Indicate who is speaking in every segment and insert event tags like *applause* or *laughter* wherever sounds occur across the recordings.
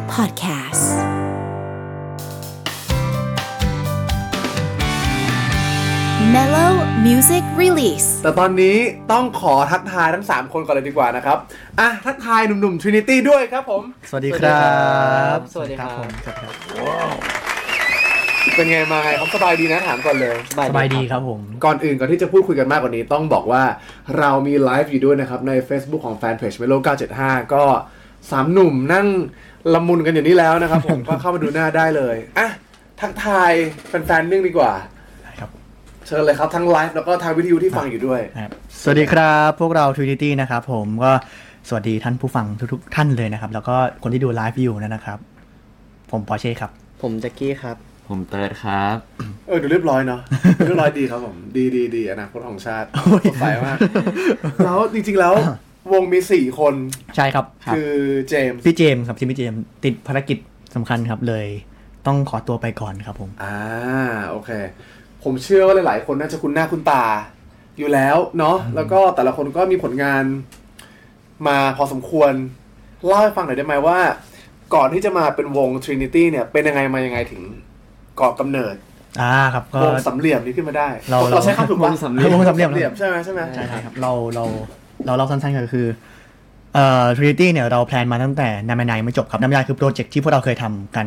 Speaker 1: podcasts. Mellow Music Release.
Speaker 2: แต่ตอนนี้ต้องขอทักทายทั้ง 3 คนก่อนเลยดีกว่านะครับ อ่ะ ทักทายหนุ่มๆ Trinity ด้วยครับผม
Speaker 3: สวัสดีครับ
Speaker 4: สวัสดีครับ
Speaker 3: ผมสวัสดีครับ
Speaker 2: เป็นไงมาไงครับสบายดีนะถามก่อนเลย
Speaker 3: สบายดีครับผม
Speaker 2: ก่อนอื่นก่อนที่จะพูดคุยกันมากกว่านี้ต้องบอกว่าเรามีไลฟ์อยู่ด้วยนะครับ ใน Facebook ของ Fanpage Melo 975 ก็สามหนุ่มนั่งละมุนกันอยู่นี่แล้วนะครับผม *laughs* ก็เข้ามาดูหน้าได้เลย อ่ะ ทักทายแฟนๆนึ่องดีกว่า
Speaker 3: ได้ครับ
Speaker 2: เชิญเลยครับทั้งไลฟ์แล้วก็ทางวิทยุที่ฟังอยู่ด้วย
Speaker 3: นะครับสวัสดีครับ พวกเรา Trinity นะครับผมก็สวัสดีท่านผู้ฟังทุกๆท่านเลยนะครับ แล้วก็คนที่ดูไลฟ์อยู่นะครับ ผมปอเช่ครับ
Speaker 4: ผมแจ็กกี้ครับ
Speaker 5: ผมเติร์ดครับ
Speaker 2: เออดูเรียบร้อยเนาะ เรียบร้อยดีครับผม *laughs* ดีดีดีอนาคตของชาติสดใส
Speaker 5: *laughs*
Speaker 2: มาก แล้วจริงๆ
Speaker 5: *coughs*
Speaker 2: แล้ว วงมีสี่คน
Speaker 3: ใช่ครับ
Speaker 5: ครับ
Speaker 2: คือเจมส์
Speaker 3: พี่เจมส์ครับที่พี่เจมส์ติดภารกิจสำคัญครับเลย ต้องขอตัวไปก่อนครับผม
Speaker 2: อ่าโอเค ผมเชื่อว่าหลายๆ คนน่าจะคุ้นหน้าคุ้นตา อยู่แล้วเนาะแล้วก็แต่ละคนก็มีผลงานมาพอสมควร เล่าให้ฟังหน่อยได้ไหมว่า ก่อนที่จะมาเป็นวง Trinity เนี่ย เป็นยังไงมายังไงถึงก่อกำเนิด
Speaker 3: อ่าครับก็
Speaker 2: วงสำเหลี่ยมนี้ขึ้นมาได้
Speaker 3: เราเรา
Speaker 2: ใช้คำถูกปะ
Speaker 5: วงสำเหลี่ยม
Speaker 3: วงสำเหลี่ยม
Speaker 2: ใช่ไหมใช่ไหม
Speaker 3: ใช่ครับเราเราเราเล่าสั้นๆก็คือเอ่อทริตี้เนี่ยเราแพลนมาตั้งแต่นามานายไม่จบครับนามานายคือโปรเจกต์ที่พวกเราเคยทำกัน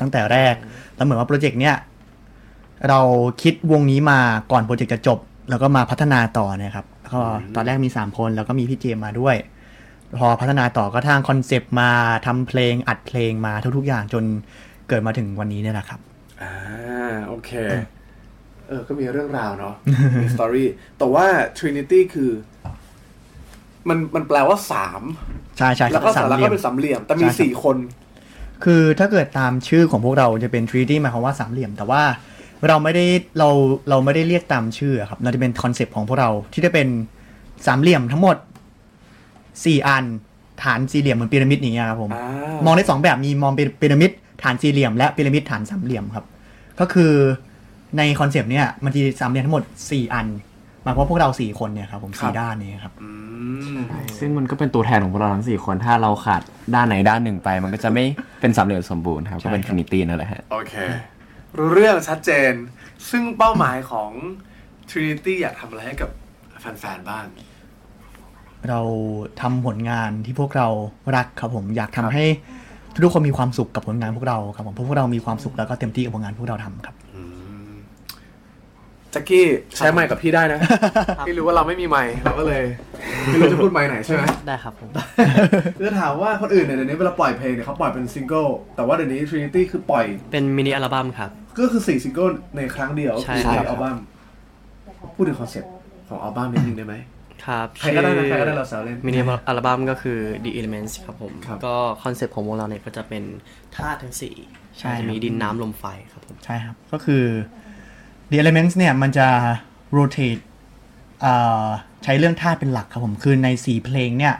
Speaker 3: ตั้งแต่แรก แล้วเหมือนว่าโปรเจกต์เนี่ยเราคิดวงนี้มาก่อนโปรเจกต์จะจบ แล้วก็มาพัฒนาต่อนะครับแล้วก็ตอนแรกมี 3 คนแล้วก็มีพี่เจมมาด้วย พอพัฒนาต่อก็ทางคอนเซปต์มาทำเพลงอัดเพลงมาทุกๆอย่างจนเกิดมาถึงวันนี้เนี่ยแหละครับ
Speaker 2: อ่าโอเค เออ ก็มีเรื่องราวเนาะ *laughs* มีสตอรี่แต่ว่า Trinity คือ มันมันแปลว่าสาม
Speaker 3: ใช่ใช่ค
Speaker 2: แล้
Speaker 3: รั
Speaker 2: ว
Speaker 3: บ
Speaker 2: ก็
Speaker 3: สา
Speaker 2: สาม ม
Speaker 3: เห
Speaker 2: แล้ว
Speaker 3: ลี่ย
Speaker 2: ก็
Speaker 3: ม
Speaker 2: เป็นสามเหลี่ยม แต่มี
Speaker 3: ใช่ครับ
Speaker 2: สี่คน
Speaker 3: คือถ้าเกิดตามชื่อของพวกเราจะเป็น 3D หมายความว่าสามเหลี่ยม แต่ว่าเราไม่ได้เราเราไม่ได้เรียกตามชื่ออะครับเราจะเป็นคอนเซปต์ของพวกเราที่จะเป็นสามเหลี่ยมทั้งหมด 4 อัน ฐานสี่เหลี่ยมเหมือนพีระมิดอย่างเงี้ยครับผม
Speaker 2: อ่าม
Speaker 3: องได้สองแบบมีมองเป็นพีระมิดฐานสี่เหลี่ยมและพีระมิดฐานสามเหลี่ยมครับ ก็คือในคอนเซปต์เนี่ยมันจะสามเหลี่ยมทั้งหมด 4 อันหมายความว่าพวกเราสี่คนเนี่ยครับผมสี่ด้านเนี่ยครับ
Speaker 2: อืม
Speaker 5: ซึ่งมันก็เป็นตัวแทนของพวกเราทั้งสี่คนถ้าเราขาดด้านไหนด้านหนึ่งไป มันก็จะไม่เป็นสามเหลี่ยมสมบูรณ์ครับ ก็เป็น
Speaker 3: ใช่ครั
Speaker 5: ท
Speaker 3: บ
Speaker 5: ริตี้นั่นแหละฮะ
Speaker 2: โอเค รู้เรื่องชัดเจน ซึ่งเป้าหมายของ Trinity อยากทำอะไรให้กับแฟนๆบ้าง
Speaker 3: เราทำผลงานที่พวกเรารักครับผมอยากทำให้ทุกคนมีความสุขกับผลงานพวกเราครับผมเพราะพวกเรามีความสุขแล้วก็เต็มที่กับผลงานพวกเราทำครับ
Speaker 2: อืมจักกี้ใช้ไมค์กับพี่ได้นะ พี่รู้ว่าเราไม่มีไมค์เราก็เลยไม่รู้จะพูดไมค์ไหนใช่ไหม
Speaker 4: ได้ครับผม
Speaker 2: จะถามว่าคนอื่นเนี่ยเดี๋ยวนี้เวลาปล่อยเพลงเนี่ยเขาปล่อยเป็นซิงเกิลแต่ว่าเดี๋ยวนี้ Trinity คือปล่อย
Speaker 4: เป็นมินิอัลบั้มครับ
Speaker 2: ก็คือ4ซิงเกิลในครั้งเดียว
Speaker 4: ใช่
Speaker 2: คือ
Speaker 4: ครับ
Speaker 2: ในอัลบั้มพูดถึงคอนเซ็ปต์ของอัลบั้มนิดนึงได้ไหม
Speaker 4: ครับ
Speaker 2: ใครก็ได้นะ
Speaker 4: ชื่อ
Speaker 2: ใครก็ได้เราแซวเล่น
Speaker 4: มินิอัลบั้มก็คือ The Elements ครับผม
Speaker 2: ครับ
Speaker 4: ก็คอนเซปต์ของวงเราเนี่ยก็จะเป็นธาตุทั้งสี่
Speaker 3: ใช่
Speaker 4: จะมีดินน้ำลมไฟครับผม
Speaker 3: ใช่ครับ ก็คือ The Elements เนี่ยมันจะ rotate อ่าใช้เรื่องธาตุเป็นหลักครับผมคือใน 4 เพลงเนี่ย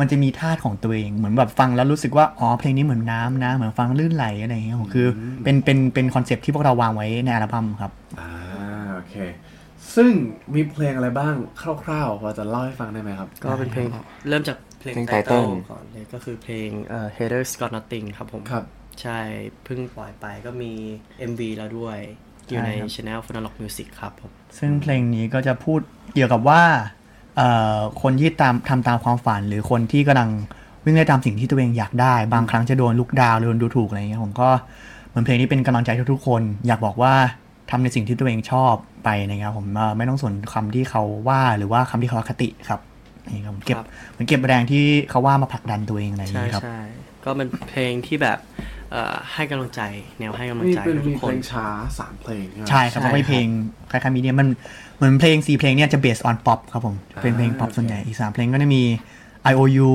Speaker 3: มันจะมีธาตุของตัวเองเหมือนแบบฟังแล้วรู้สึกว่า อ๋อเพลงนี้เหมือนน้ำนะ เหมือนฟังลื่นไหลอะไรอย่างเงี้ยผมคือเป็นเป็นเป็นคอนเซปที่พวกเราวางไว้ในอัลบั้มครับ
Speaker 2: อ่าโอเค ซึ่งมีเพลงอะไรบ้างคร่าวๆพอจะเล่าให้ฟังได้ไหมครับ
Speaker 4: ก็เป็นเพลงเริ่มจากเพลง
Speaker 5: เพลง
Speaker 4: ไตเติล
Speaker 5: title
Speaker 4: ก่อนเลยก็คือเพลงเอ่อ Haters Got Nothing ครับผม
Speaker 2: ครับ
Speaker 4: ใช่เพิ่งปล่อยไปก็มี MV แล้วด้วย อยู่ใน
Speaker 3: ใช่ครับ
Speaker 4: Channel p h o n o l o g Music ครับผม
Speaker 3: ซึ่งเพลงนี้ก็จะพูดเกี่ยวกับว่าเอ่อคนที่ตามทำตามความฝัน หรือคนที่กำลังวิ่งได้ตามสิ่งที่ตัวเองอยากได้ บางครั้งจะโดนลุกดาวน์โดนดูถูกอะไรอย่างเงี้ยผมก็เหมือนเพลงนี้เป็นกำลังใจทุกๆคน อยากบอกว่าทำในสิ่งที่ตัวเองชอบไปนะครับผมเอ่อไม่ต้องสนคำที่เขาว่าหรือว่าคำที่เขาอคติครับนี่ครับผมเก็บ
Speaker 4: ครับ
Speaker 3: เหมือนเก็บแรงที่เขาว่ามาผลักดันตัวเองอะไรอย่าง
Speaker 4: ใช่
Speaker 3: เงี้ยครับ
Speaker 4: ใช่ก็เป็นเพลงที่แบบเอ่อให้กำลังใจแนวให้กำลัง
Speaker 2: นี่
Speaker 4: ใจ
Speaker 2: เป็น
Speaker 4: ทุ
Speaker 2: มี
Speaker 4: ก
Speaker 2: เพ
Speaker 4: ค
Speaker 2: ล
Speaker 4: น
Speaker 2: งช้าสามเพลงใช่ไหม
Speaker 3: ใช่ครับเพราะว่าเพลงคล้ายๆมีเดียมันเหมือนเพลงสี่เพลงเนี่ยจะเบสออนป๊อปครับผมเป็นเพลงป๊อป
Speaker 2: โอเค
Speaker 3: ส่วนใหญ่อีกสามเพลงก็จะมี IOU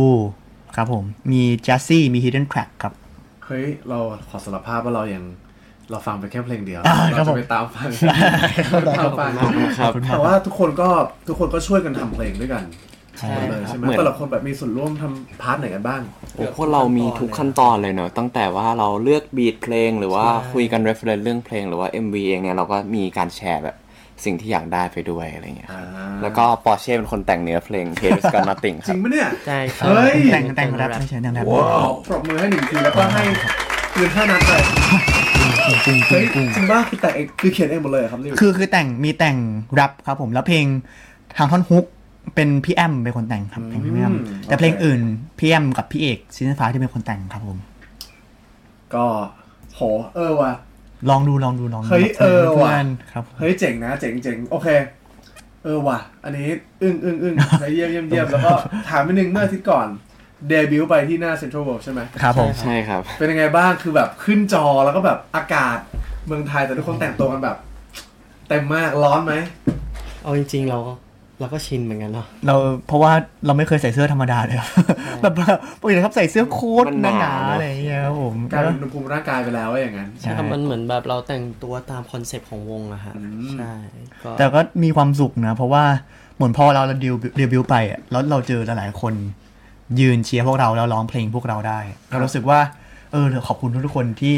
Speaker 3: ครับผม มี Jazzy มี Hidden Track ครับ
Speaker 2: เฮ้ยเราขอสารภาพว่าเรายังเราฟังไปแค่เพลงเดียว
Speaker 3: อ่าครั
Speaker 2: เราจะ
Speaker 3: บผม
Speaker 2: ไปตามฟังตามฟัง
Speaker 5: ครับ
Speaker 2: แต่ว่าทุกคนก็ทุกคนก็ช่วยกันทำเพลงด้วยกัน
Speaker 3: ใช่
Speaker 2: หมดเลย
Speaker 5: ครับ
Speaker 2: ใช่ไหม
Speaker 5: เหมือน
Speaker 2: แต่ละคนแบบมีส่วนร่วมทำพาร์ทไหนกันบ้าง
Speaker 5: โอ้พวกเรามีทุกขั้นตอนเลยเนอะตั้งแต่ว่าเราเลือกบีทเพลงหรือว่าคุยกัน reference เรื่องเพลงหรือว่า MV เองเนี่ยเราก็มีการแชร์แบบ สิ่งที่อยากได้ไปด้วยอะไรเงี้ยครับแล้วก็ปอร์เช่เป็นคนแต่งเนื้อเพลง Taste is Gone Nothing ค
Speaker 2: จริ
Speaker 5: รับ
Speaker 2: งปะเนี่ย
Speaker 4: ใช่ครับ
Speaker 2: เฮ้ย
Speaker 3: แต่งแต่งแรปไม่ใช่แต่งแรป
Speaker 2: ปรบมือให้หนึ่งทีแล้วก็ให้เกินห้านัดไป
Speaker 3: จริงจริ
Speaker 2: เฮ้ย
Speaker 3: งจริง
Speaker 2: จริงป่ะคือแต่งเองคือเขียนเองหมดเลยเหรอครับนี่
Speaker 3: คือคือแต่งมีแต่งแรปครับผมแล้วเพลงทางท่อนฮุกเป็นพี่แอมเป็นคนแต่งครับเพลงพี่แอม
Speaker 2: อืม
Speaker 3: แต่เพลง
Speaker 2: โอเค
Speaker 3: อื่นพี่แอมกับพี่เอกซินฟ้าที่เป็นคนแต่งครับผม
Speaker 2: ก็โหเออว่ะ
Speaker 3: ลองดูลองดูลองดู
Speaker 2: เฮ้ย
Speaker 3: ครับ
Speaker 2: เออว่ะ
Speaker 3: เพื่อนๆครับผม
Speaker 2: เฮ้ยเจ๋งนะเจ๋งเจ๋งโอเค เออว่ะ อันนี้อึ้งอึ้งอึ้งเยี่ยมเยี่ยมเยี่ยมแล้วก็ถามไปหนึ่งเมื่ออาทิตย์ก่อน เดบิวต์ไปที่หน้าเซ็นทรัลเวิลด์ใช่ไหม
Speaker 3: ครับผม
Speaker 5: ใช่ครับ
Speaker 2: เป็นยังไงบ้าง คือแบบขึ้นจอแล้วก็แบบอากาศเมืองไทยแต่ทุกคนแต่งตัวกันแบบเต็มมากร้อนไหม
Speaker 4: เอาจริง ๆ เราก็เราก็ชินเหมือนกันเนาะ
Speaker 3: เราเพราะว่าเราไม่เคยใส่เสื้อธรรมดาเลยครับแบบปกติครับใส่เสื้อโค้ท
Speaker 5: มัน
Speaker 3: ห
Speaker 5: หนา
Speaker 3: นาๆ
Speaker 5: เนอะ
Speaker 3: อะไรอย่างเงี้ยครับผม
Speaker 2: การอุณหภูมิร่างกายไปแล้วว่าอย่างนั้น
Speaker 4: ใช่
Speaker 3: ใช่
Speaker 4: ครับมันเหมือนแบบเราแต่งตัวตามคอนเซปต์ของวงอะฮะใช่ก็
Speaker 3: แต่ก็มีความสุขนะ เพราะว่าเหมือนพอเราเราดิวเดบิวต์ไปอะแล้วเราเจอหลายๆคน ยืนเชียร์พวกเราแล้วร้องเพลงพวกเราได้เรารู้สึกว่าเออขอบคุณทุกๆคนที่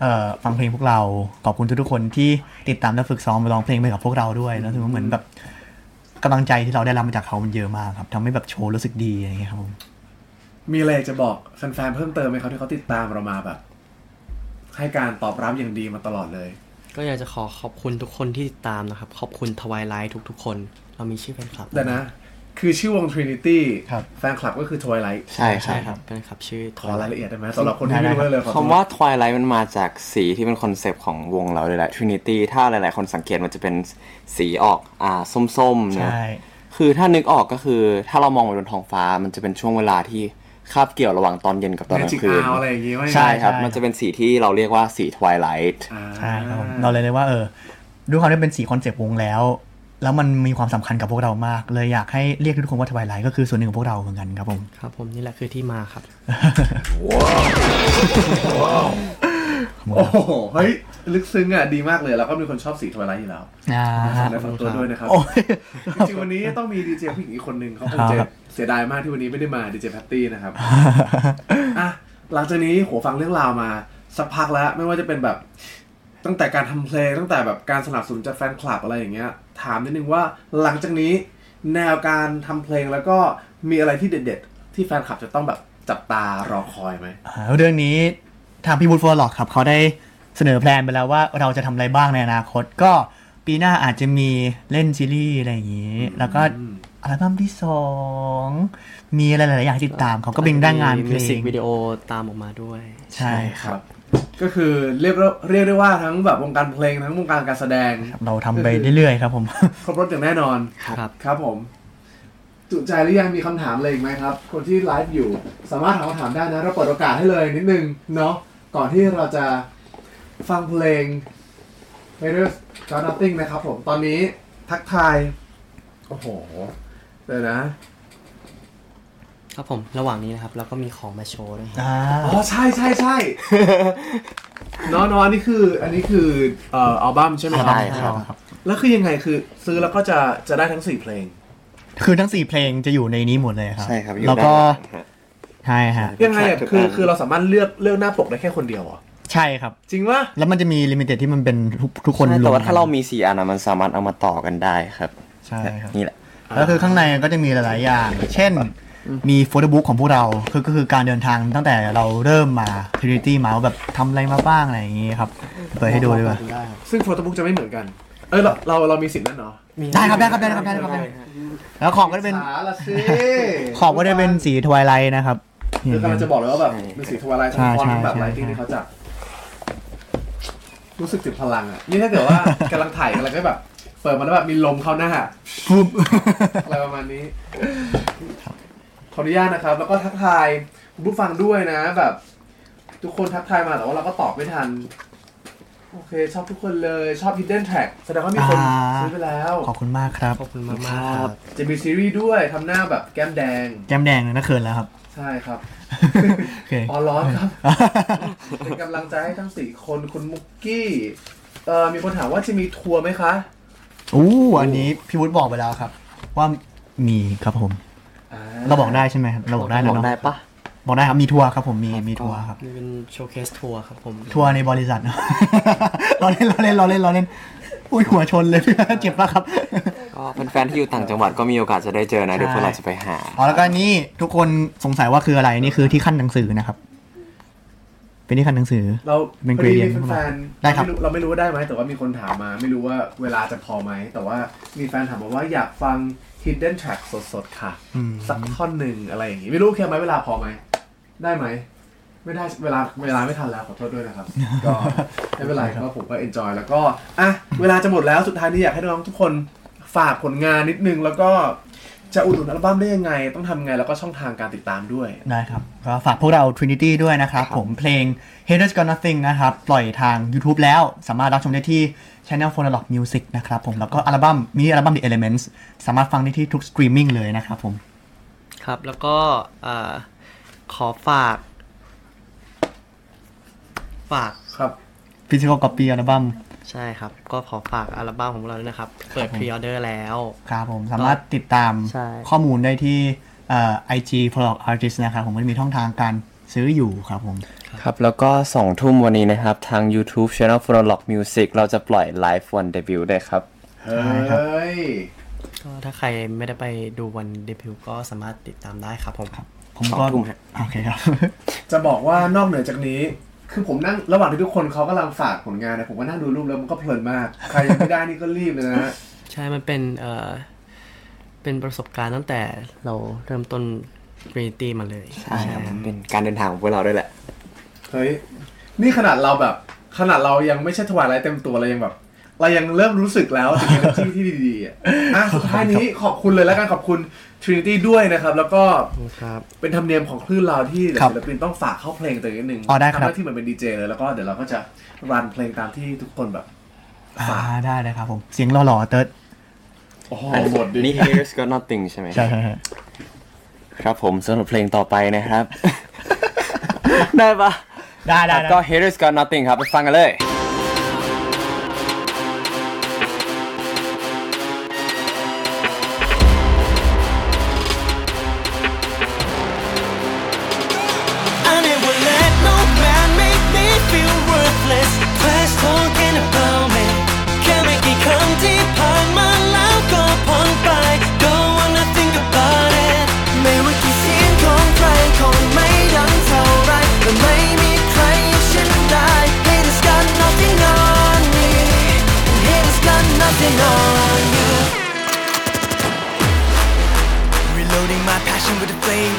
Speaker 3: เอ่อฟังเพลงพวกเรา ขอบคุณทุกๆคนที่ติดตามและฝึกซ้อมมาร้องเพลงไปกับพวกเราด้วยแล้วถือว่าเหมือนแบบกำลังใจที่เราได้รับมาจากเขามันเยอะมากครับทำให้แบบโชว์รู้สึกดีอะไรอย่างเงี้ยครับผม
Speaker 2: มีอะไรจะบอกแฟนๆเพิ่มเติมไหมครับที่เขาติดตามเรามาแบบ ให้การตอบรับอย่างดีมาตลอดเลย
Speaker 4: ก็อยากจะขอขอบคุณทุกคนที่ติดตามนะครับ ขอบคุณทวายไลท์ทุกๆ คน เรามีชื่อแฟนคลับ
Speaker 2: แต่นะ คือชื่อวง Trinity
Speaker 3: ครับ
Speaker 2: แฟนคลับก็คือ Twilight
Speaker 5: ใช่ครั
Speaker 4: ใช่
Speaker 5: บ
Speaker 4: ครับแฟนคลับชื่อ
Speaker 2: ขอรายละเอียดได้ไหมสำหรับคนที่ไม่รู้เลยขอโทษ
Speaker 5: คำว่า Twilight มันมาจากสีที่เป็นคอนเซปต์ของวงเราเลยแหละ Trinity ถ้าหลาย ๆ คนสังเกตมันจะเป็นสีออกอ่าส้มๆเนอะ
Speaker 3: ใช่
Speaker 5: คือถ้านึกออกก็คือถ้าเรามองไปบนท้องฟ้ามันจะเป็นช่วงเวลาที่คาบเกี่ยวระหว่างตอนเย็นกับตอน
Speaker 2: แม
Speaker 5: กลา
Speaker 2: จิก
Speaker 5: งคืน
Speaker 2: อาวอะไรอย่างงี้ว่า
Speaker 5: ใช่ครับ
Speaker 3: ใช่
Speaker 5: มันจะเป็นสีที่เราเรียกว่าสีทวายไลท์
Speaker 2: อ่า
Speaker 3: ใช่ครับผมเราเลยเลยว่าเออด้วยความที่เป็นสีคอนเซปต์วงแล้ว แล้วมันมีความสำคัญกับพวกเรามาก เลยอยากให้เรียกทุกคนว่าทวายไลท์ก็คือส่วนหนึ่งของพวกเราเหมือนกันครับผม
Speaker 4: ครับผมนี่แหละคือที่มาครับ
Speaker 2: โอ้โหเฮ้ยลึกซึ้งอ่ะดีมากเลยแล้วก็มีคนชอบสี Twilight อยู่แล้ว
Speaker 3: อ่าฮะ
Speaker 2: และฝากตัวด้วยนะครับ
Speaker 3: โอ้ย
Speaker 2: จริงๆวันนี้ต้องมีดีเจผู้หญิงอีกคนหนึ่งเขาคง
Speaker 3: ครับ
Speaker 2: จะเสียดายมากที่วันนี้ไม่ได้มาดีเจแพตตี้นะครับ อ่ะหลังจากนี้โหัวฟังเรื่องราวมาสักพักแล้วไม่ว่าจะเป็นแบบตั้งแต่การทำเพลงตั้งแต่แบบการสนับสนุนจากแฟนคลับอะไรอย่างเงี้ย ถามนิดนึงว่าหลังจากนี้แนวการทำเพลงแล้วก็มีอะไรที่เด็ด ๆ ที่แฟนคลับจะต้องแบบจับตารอคอยไหม
Speaker 3: อ่าเรื่องนี้ทางพี่บูธฟอร์ล็อกครับเขาได้เสนอแพลนไปแล้วว่าเราจะทำอะไรบ้างในอนาคต ก็ปีหน้าอาจจะมีเล่นซีรีส์อะไรอย่างนี้ แล้วก็อัลบั้มที่สองมีอะไรหลายๆอย่างให้ติดตามครับก็เป็นด้านงานเพล
Speaker 4: มิวสิก
Speaker 3: ง
Speaker 4: วิดีโอตามออกมาด้วย
Speaker 3: ใช่ครับ
Speaker 2: ก็คือเรียกว่าเรียกได้ว่าทั้งแบบวงการเพลงทั้งวงการการแสดง
Speaker 3: เราทำไปเรื่อยๆครับผม
Speaker 2: ครบรถอย่างแน่นอน
Speaker 4: ครับ
Speaker 2: ครับผม จุใจหรือยังมีคำถามอะไรอีกไหมครับ คนที่ไลฟ์อยู่ สามารถถามคำถามได้นะ เราเปิดโอกาสให้เลยนิดนึง เนาะก่อนที่เราจะฟังเพลง p a r e s g o t Nothing นะครับผมตอนนี้ทักทาย โอ้โหเดี๋ยวนะ
Speaker 4: ครับผมระหว่างนี้นะครับเราก็มีของมาโชว์ด้วยครับ
Speaker 3: อ่า
Speaker 2: อ๋อ ใช่ใช่ใช่ เนาะเนาะอันนี้คือ อันนี้คือเอ่ออัลบั้มใช่ไหมครับ
Speaker 5: ได้ครับ
Speaker 2: แล้วคือยังไงคือซื้อแล้วก็จะจะได้ทั้งสี่เพลง
Speaker 3: คือทั้งสี่เพลงจะอยู่ในนี้หมดเลยครับ
Speaker 5: ใช่ครับอยู่
Speaker 3: แล้วก็
Speaker 5: ด้านหลังฮะ
Speaker 3: ใช่ฮะ
Speaker 2: ยังไงอ่ะ
Speaker 5: ทุก
Speaker 2: คือ
Speaker 5: อัน
Speaker 2: คือเราสามารถเลือกเลือกหน้าปกได้แค่คนเดียวเหรอ
Speaker 3: ใช่ครับ
Speaker 2: จริงปะ
Speaker 3: แล้วมันจะมีลิมิเต็ดที่มันเป็นทุกทุกคน
Speaker 5: ใช่
Speaker 3: ล
Speaker 5: แต่
Speaker 3: ง
Speaker 5: ว่าถ้าเรามีสีอันอะมันสามารถเอามาต่อกันได้ครับ
Speaker 3: ใช่ครับ
Speaker 5: นี่แหละ
Speaker 3: แล้วคือข้างในก็จะมีหลายๆอย่าง เช่น มีโฟโต้บุ๊กของพวกเราคือก็คือการเดินทางตั้งแต่เราเริ่มมาทรินิตี้มาว่าแบบทำอะไรมาบ้างอะไรอย่างงี้ครับเปิดให้ดูเลยว่า
Speaker 4: ได้ครับ
Speaker 2: ซึ่งโฟโต้บุ๊กจะไม่เหมือนกัน เอ้ยเราเราเรามีสิทธิ์นั่นเนาะ
Speaker 3: ได้ครับได้ครับได้ครับได้ครับได้ครับแล้วขอบก็จะเป็น
Speaker 2: สาละสิ
Speaker 3: ขอบก็จะเป็นสีทวายไลท์นะครับ
Speaker 2: คือกำลังจะบอกเลยว่าแบบเป็นสีทวารายทั้งฟอน
Speaker 3: ใช่
Speaker 2: ต์แบบ
Speaker 3: ใช่
Speaker 2: ไลท์ติ้ง
Speaker 3: ใช่
Speaker 2: ที่เขาจับรู้สึกถึงพลังอ่ะ นี่ถ้าเกิดว่ *laughs* ากำลังถ่ายอะไรก็แบบ เปิดมาแล้วแบบมีลมเข้าหน้า
Speaker 3: ปุ๊บ *laughs*
Speaker 2: อะไรประมาณนี้ ขออนุญาตนะครับ แล้วก็ทักทายคุณผู้ฟังด้วยนะ แบบ ทุกคนทักทายมาแต่ว่าเราก็ตอบไม่ทัน โอเค ชอบทุกคนเลยชอบ Hidden Track แสดงว่ามีคน
Speaker 3: อ่า
Speaker 2: ซื้อไปแล้ว
Speaker 3: ขอบคุณมากครับ
Speaker 4: ขอบคุณมากมากๆครับ
Speaker 2: จะมีซีรีส์ด้วยทำหน้าแบบแก้มแดง
Speaker 3: แก้มแดงเลยนะเขินแล้วครับ *laughs*
Speaker 2: ใช่ครับ
Speaker 3: โอเค
Speaker 2: ออร้อน
Speaker 3: *laughs*
Speaker 2: ครับ เป็นกำลังใจให้ทั้งสี่คนคุณมุกกี้เอ่อมีคนถามว่าจะมีทัวร์ไหมคะ
Speaker 3: อู้อันนี้พี่วุฒิบอกไปแล้วครับ ว่ามีครับผม เราบอกได้ใช่ไหมครับเราบอกได้
Speaker 5: บ
Speaker 3: แล้ว
Speaker 5: อก
Speaker 3: เนาะ
Speaker 5: ได้ปะ
Speaker 3: บอกได้ครับมีทัวร์ครับผมมีมีทัวร์ครับ
Speaker 4: นี่เป็นโชว์เคสทัวร์ครับผม
Speaker 3: *laughs* ทัวร์ในบริษัทเนอะ เราเล่นเราเล่นเราเล่นเราเล่น อุ้ยหัวชนเลย *laughs* พี่เจ็บปะครับ
Speaker 5: ก็แฟนๆที่อยู่ต่างจังหวัดก็มีโอกาสจะได้เจอนะเดี๋ยวพวกเราจะไปหา
Speaker 3: อ๋อแล้วก็นี่ทุกคนสงสัยว่าคืออะไรนี่คือที่ขั้นหนังสือนะครับ เป็นที่ขั้นหนังสือ
Speaker 2: เรา
Speaker 3: เป็น
Speaker 2: พอดี
Speaker 3: gradient
Speaker 2: มีแฟนๆ
Speaker 3: ได้ครับ
Speaker 2: เาม่เราไม่รู้ว่าได้ไหมแต่ว่ามีคนถามมา ไม่รู้ว่าเวลาจะพอไหม แต่ว่ามีแฟนถามมาว่าอยากฟัง hidden track สดๆ ค่ะ สักท่อนหนึ่งอะไรอย่างงี้ ไม่รู้แค่ไหมเวลาพอไหม ได้ไหม ไม่ได้เวลาเวลาไม่ทันแล้วขอโทษด้วยนะครับ ก็ *laughs* ไม่
Speaker 3: *laughs*
Speaker 2: เป็นไรก็ผมก็ enjoy แล้วก็อ่ะเวลาจะหมดแล้วสุดท้ายนี้อยากให้น้องๆทุกคนฝากผลงานนิดนึง แล้วก็จะอุดหนุนอัลบั้มได้ยังไง ต้องทำไงแล้วก็ช่องทางการติดตามด้วย
Speaker 3: ได้ครับก็ฝากพวกเรา Trinity ด้วยนะครับ ผมเพลง Haters Got Nothing นะครับ ปล่อยทาง YouTube แล้วสามารถรับชมได้ที่ Channel p h o n o l o g Music นะครับผมแล้วก็อัลบั้มมีอัลบั้ม The Elements สามารถฟังได้ที่ทุกสตรีมมิ่งเลยนะครับผม
Speaker 4: ครับแล้วก็อ่าขอฝาก ฝาก
Speaker 2: ครับ
Speaker 3: Physical Copy อัลบั้ม
Speaker 4: ใช่ครับ ก็ขอฝากอัลบั้มของพวกเราด้วยนะครับ เปิดพรีออเดอร์แล้ว
Speaker 3: ครับผมสามารถติดตาม
Speaker 4: ใช่
Speaker 3: ข้อมูลได้ที่เอ่อ IG p h o n o l o g Artist นะครับผมมันจะมีช่องทางการซื้ออยู่ครับผม
Speaker 5: ครับ แล้วก็ 2 ทุ่มวันนี้นะครับ ทาง YouTube Channel p h o n o l o g Music เราจะปล่อย Live วันเดบิวต์ด้วยครับ
Speaker 2: เฮ้
Speaker 3: ครับ
Speaker 2: ย
Speaker 4: ก็ถ้าใครไม่ได้ไปดูวันเดบิวต์ก็สามารถติดตามได้ครับผมครับ
Speaker 3: ผมก็
Speaker 5: สองทุ่มฮะ
Speaker 3: โอเคครับ
Speaker 2: จะบอกว่านอกเหนือจากนี้ คือผมนั่งระหว่างที่ทุกคนเขากำลังฝากผลงานเนี่ยผมก็นั่งดูรูปแล้วมันก็เพลินมาก ใครยังไม่ได้นี่ก็รีบเลยนะฮะ
Speaker 4: ใช่ มันเป็นเอ่อเป็นประสบการณ์ตั้งแต่เราเริ่มต้นเร i ตี้มาเลย
Speaker 5: ใช่ครับมันเป็นการเดินทางของพวกเราด้วยแหละ
Speaker 2: เฮ้ย นี่ขนาดเราแบบ ขนาดเรายังไม่ใช่ถวายอะไรเต็มตัวเรายังแบบ เรายังเริ่มรู้สึกแล้วถึง energy ที่ดีๆอ่ะ
Speaker 3: *laughs*
Speaker 2: อ่ะสุดท้ายนี้ขอบคุณเลยแล้วกันขอบคุณ Trinity ด้วยนะครับ แล้วก็
Speaker 4: ครับ
Speaker 2: เป็นธรรมเนียมของคลื่นเราที่
Speaker 3: ครับ
Speaker 2: ศิลปินต้องฝากเข้าเพลงตัวเองนิดนึง
Speaker 3: อ๋อได้ค
Speaker 2: ทำ
Speaker 3: รับ
Speaker 2: หน้าที่เหมือนเป็นดีเจเลยแล้วก็เดี๋ยวเราก็จะรันเพลงตามที่ทุกคนแบบ
Speaker 3: อ่าได้เลยครับผมเสียงหล่อๆเติร์ด
Speaker 2: โอ้โห
Speaker 5: นี่ Here's Got Nothing ใช่ไหม
Speaker 3: ใช่ใช่ใช่
Speaker 5: ครับผมสำหรับเพลงต่อไปนะครับ ได้ปะ
Speaker 3: ได้ได้
Speaker 5: ครับ
Speaker 3: ได้
Speaker 5: ก็ Here's Got Nothing ครับ ไปฟังกันเลย
Speaker 6: I never let no man make me feel worthless. Flash talking about me. Can't make it come deep on my life go on by. Don't wanna think about it. ไม่ว่ากี่เสียงของใครคงไม่ดังเท่าไรและไม่มีใครอย่างฉันได้ Haters got nothing on me. And haters got nothing on you. Reloading my passion with a flame.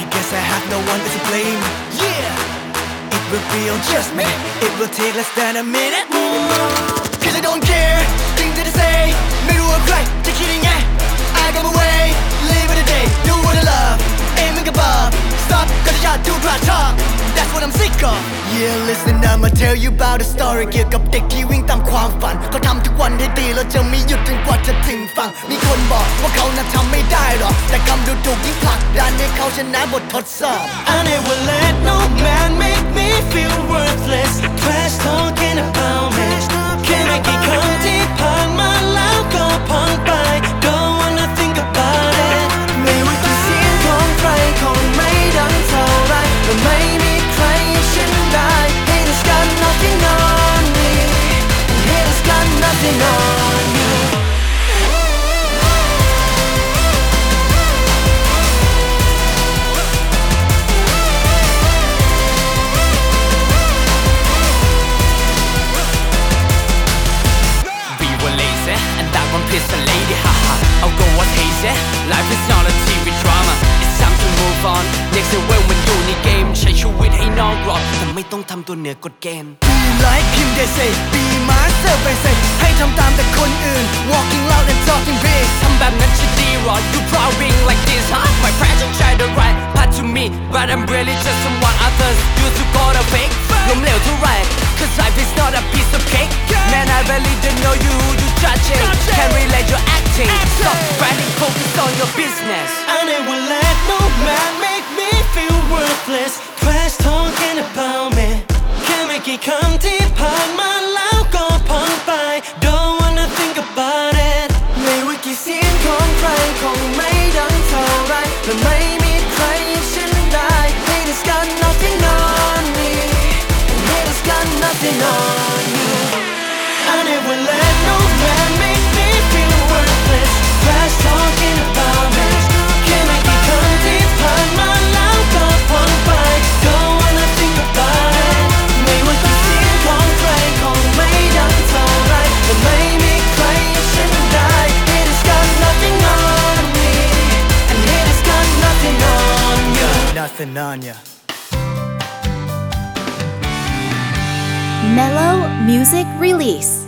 Speaker 6: I guess I have no one to blame. Yeah, it will feel just me. It will take less than a minute more. Cause I don't care. Things that I say, maybe we'll cry. They're kidding, yeah. I got my way. Live in the day. Do what I love. Aiming above. Stop, cause I got too proud talk. That's what I'm sick of. Yeah, listen, I'ma tell you about a story เกี่ยวกับเด็กที่วิ่งตามความฝันเขาทำทุกวันให้ดีแล้วจะไม่หยุดจนกว่าจะถึงฝั่งมีคนบอกว่าเขาน่ะทำไม่ได้หรอกแต่คำดูถูกยิ่งผลักดันให้เขาชนะบททดสอบ I never let no man make me feel worthless Trash talking about me Can I get come deep on my life go punk by Don't wanna think about it ไม่ว่าจะเสียงของใครคงไม่ดังเท่าไรและไม่มีใครอย่างฉันได้ Haters got nothing on me and Haters got nothing on you
Speaker 7: we were lazy And that one pissed a lady, haha Our goal was hazy Life is not a TV drama It's time to move on Next year when we're doing the game ใช้ชีวิตให้นอกกรอบแต่ไม่ต้องทำตัวเหนือกฎเกณฑ์
Speaker 6: Be like him they say Be master they say ให้ทำตามแต่คนอื่น Walking loud and talking big
Speaker 7: ทำแบบนั้นจะดีหรอ You prowling like this, huh? My passion try to right path to me But I'm really just someone others used to call a fake ล้มเหลวเท่าไหร่ Cause life is not a piece of cake Man I really don't know you, you judging Can't relate your acting Stop bragging, focus on your business
Speaker 6: I never let no man make me feel worthless Trash talking about me Can't make it come deep on my life ก็พังไป Don't wanna think about it ไม่ว่ากี่เสียงของใครคงไม่ดังเท่าไรและไม่มีใครอย่างฉันได้ Haters got nothing on me And haters got nothing on you I never
Speaker 4: won't let no man make me feel worthless. Trash talking about it. Can I get cozy? Turn my life up on fire. Don't wanna think about it. ไม่ว่าจะเสียงของใครคงไม่ดังเท่าไรแต่ไม่มีใครอย่างฉันได้ It has got nothing on me, and it has got nothing on you. Nothing on you.
Speaker 1: Mellow Music Release.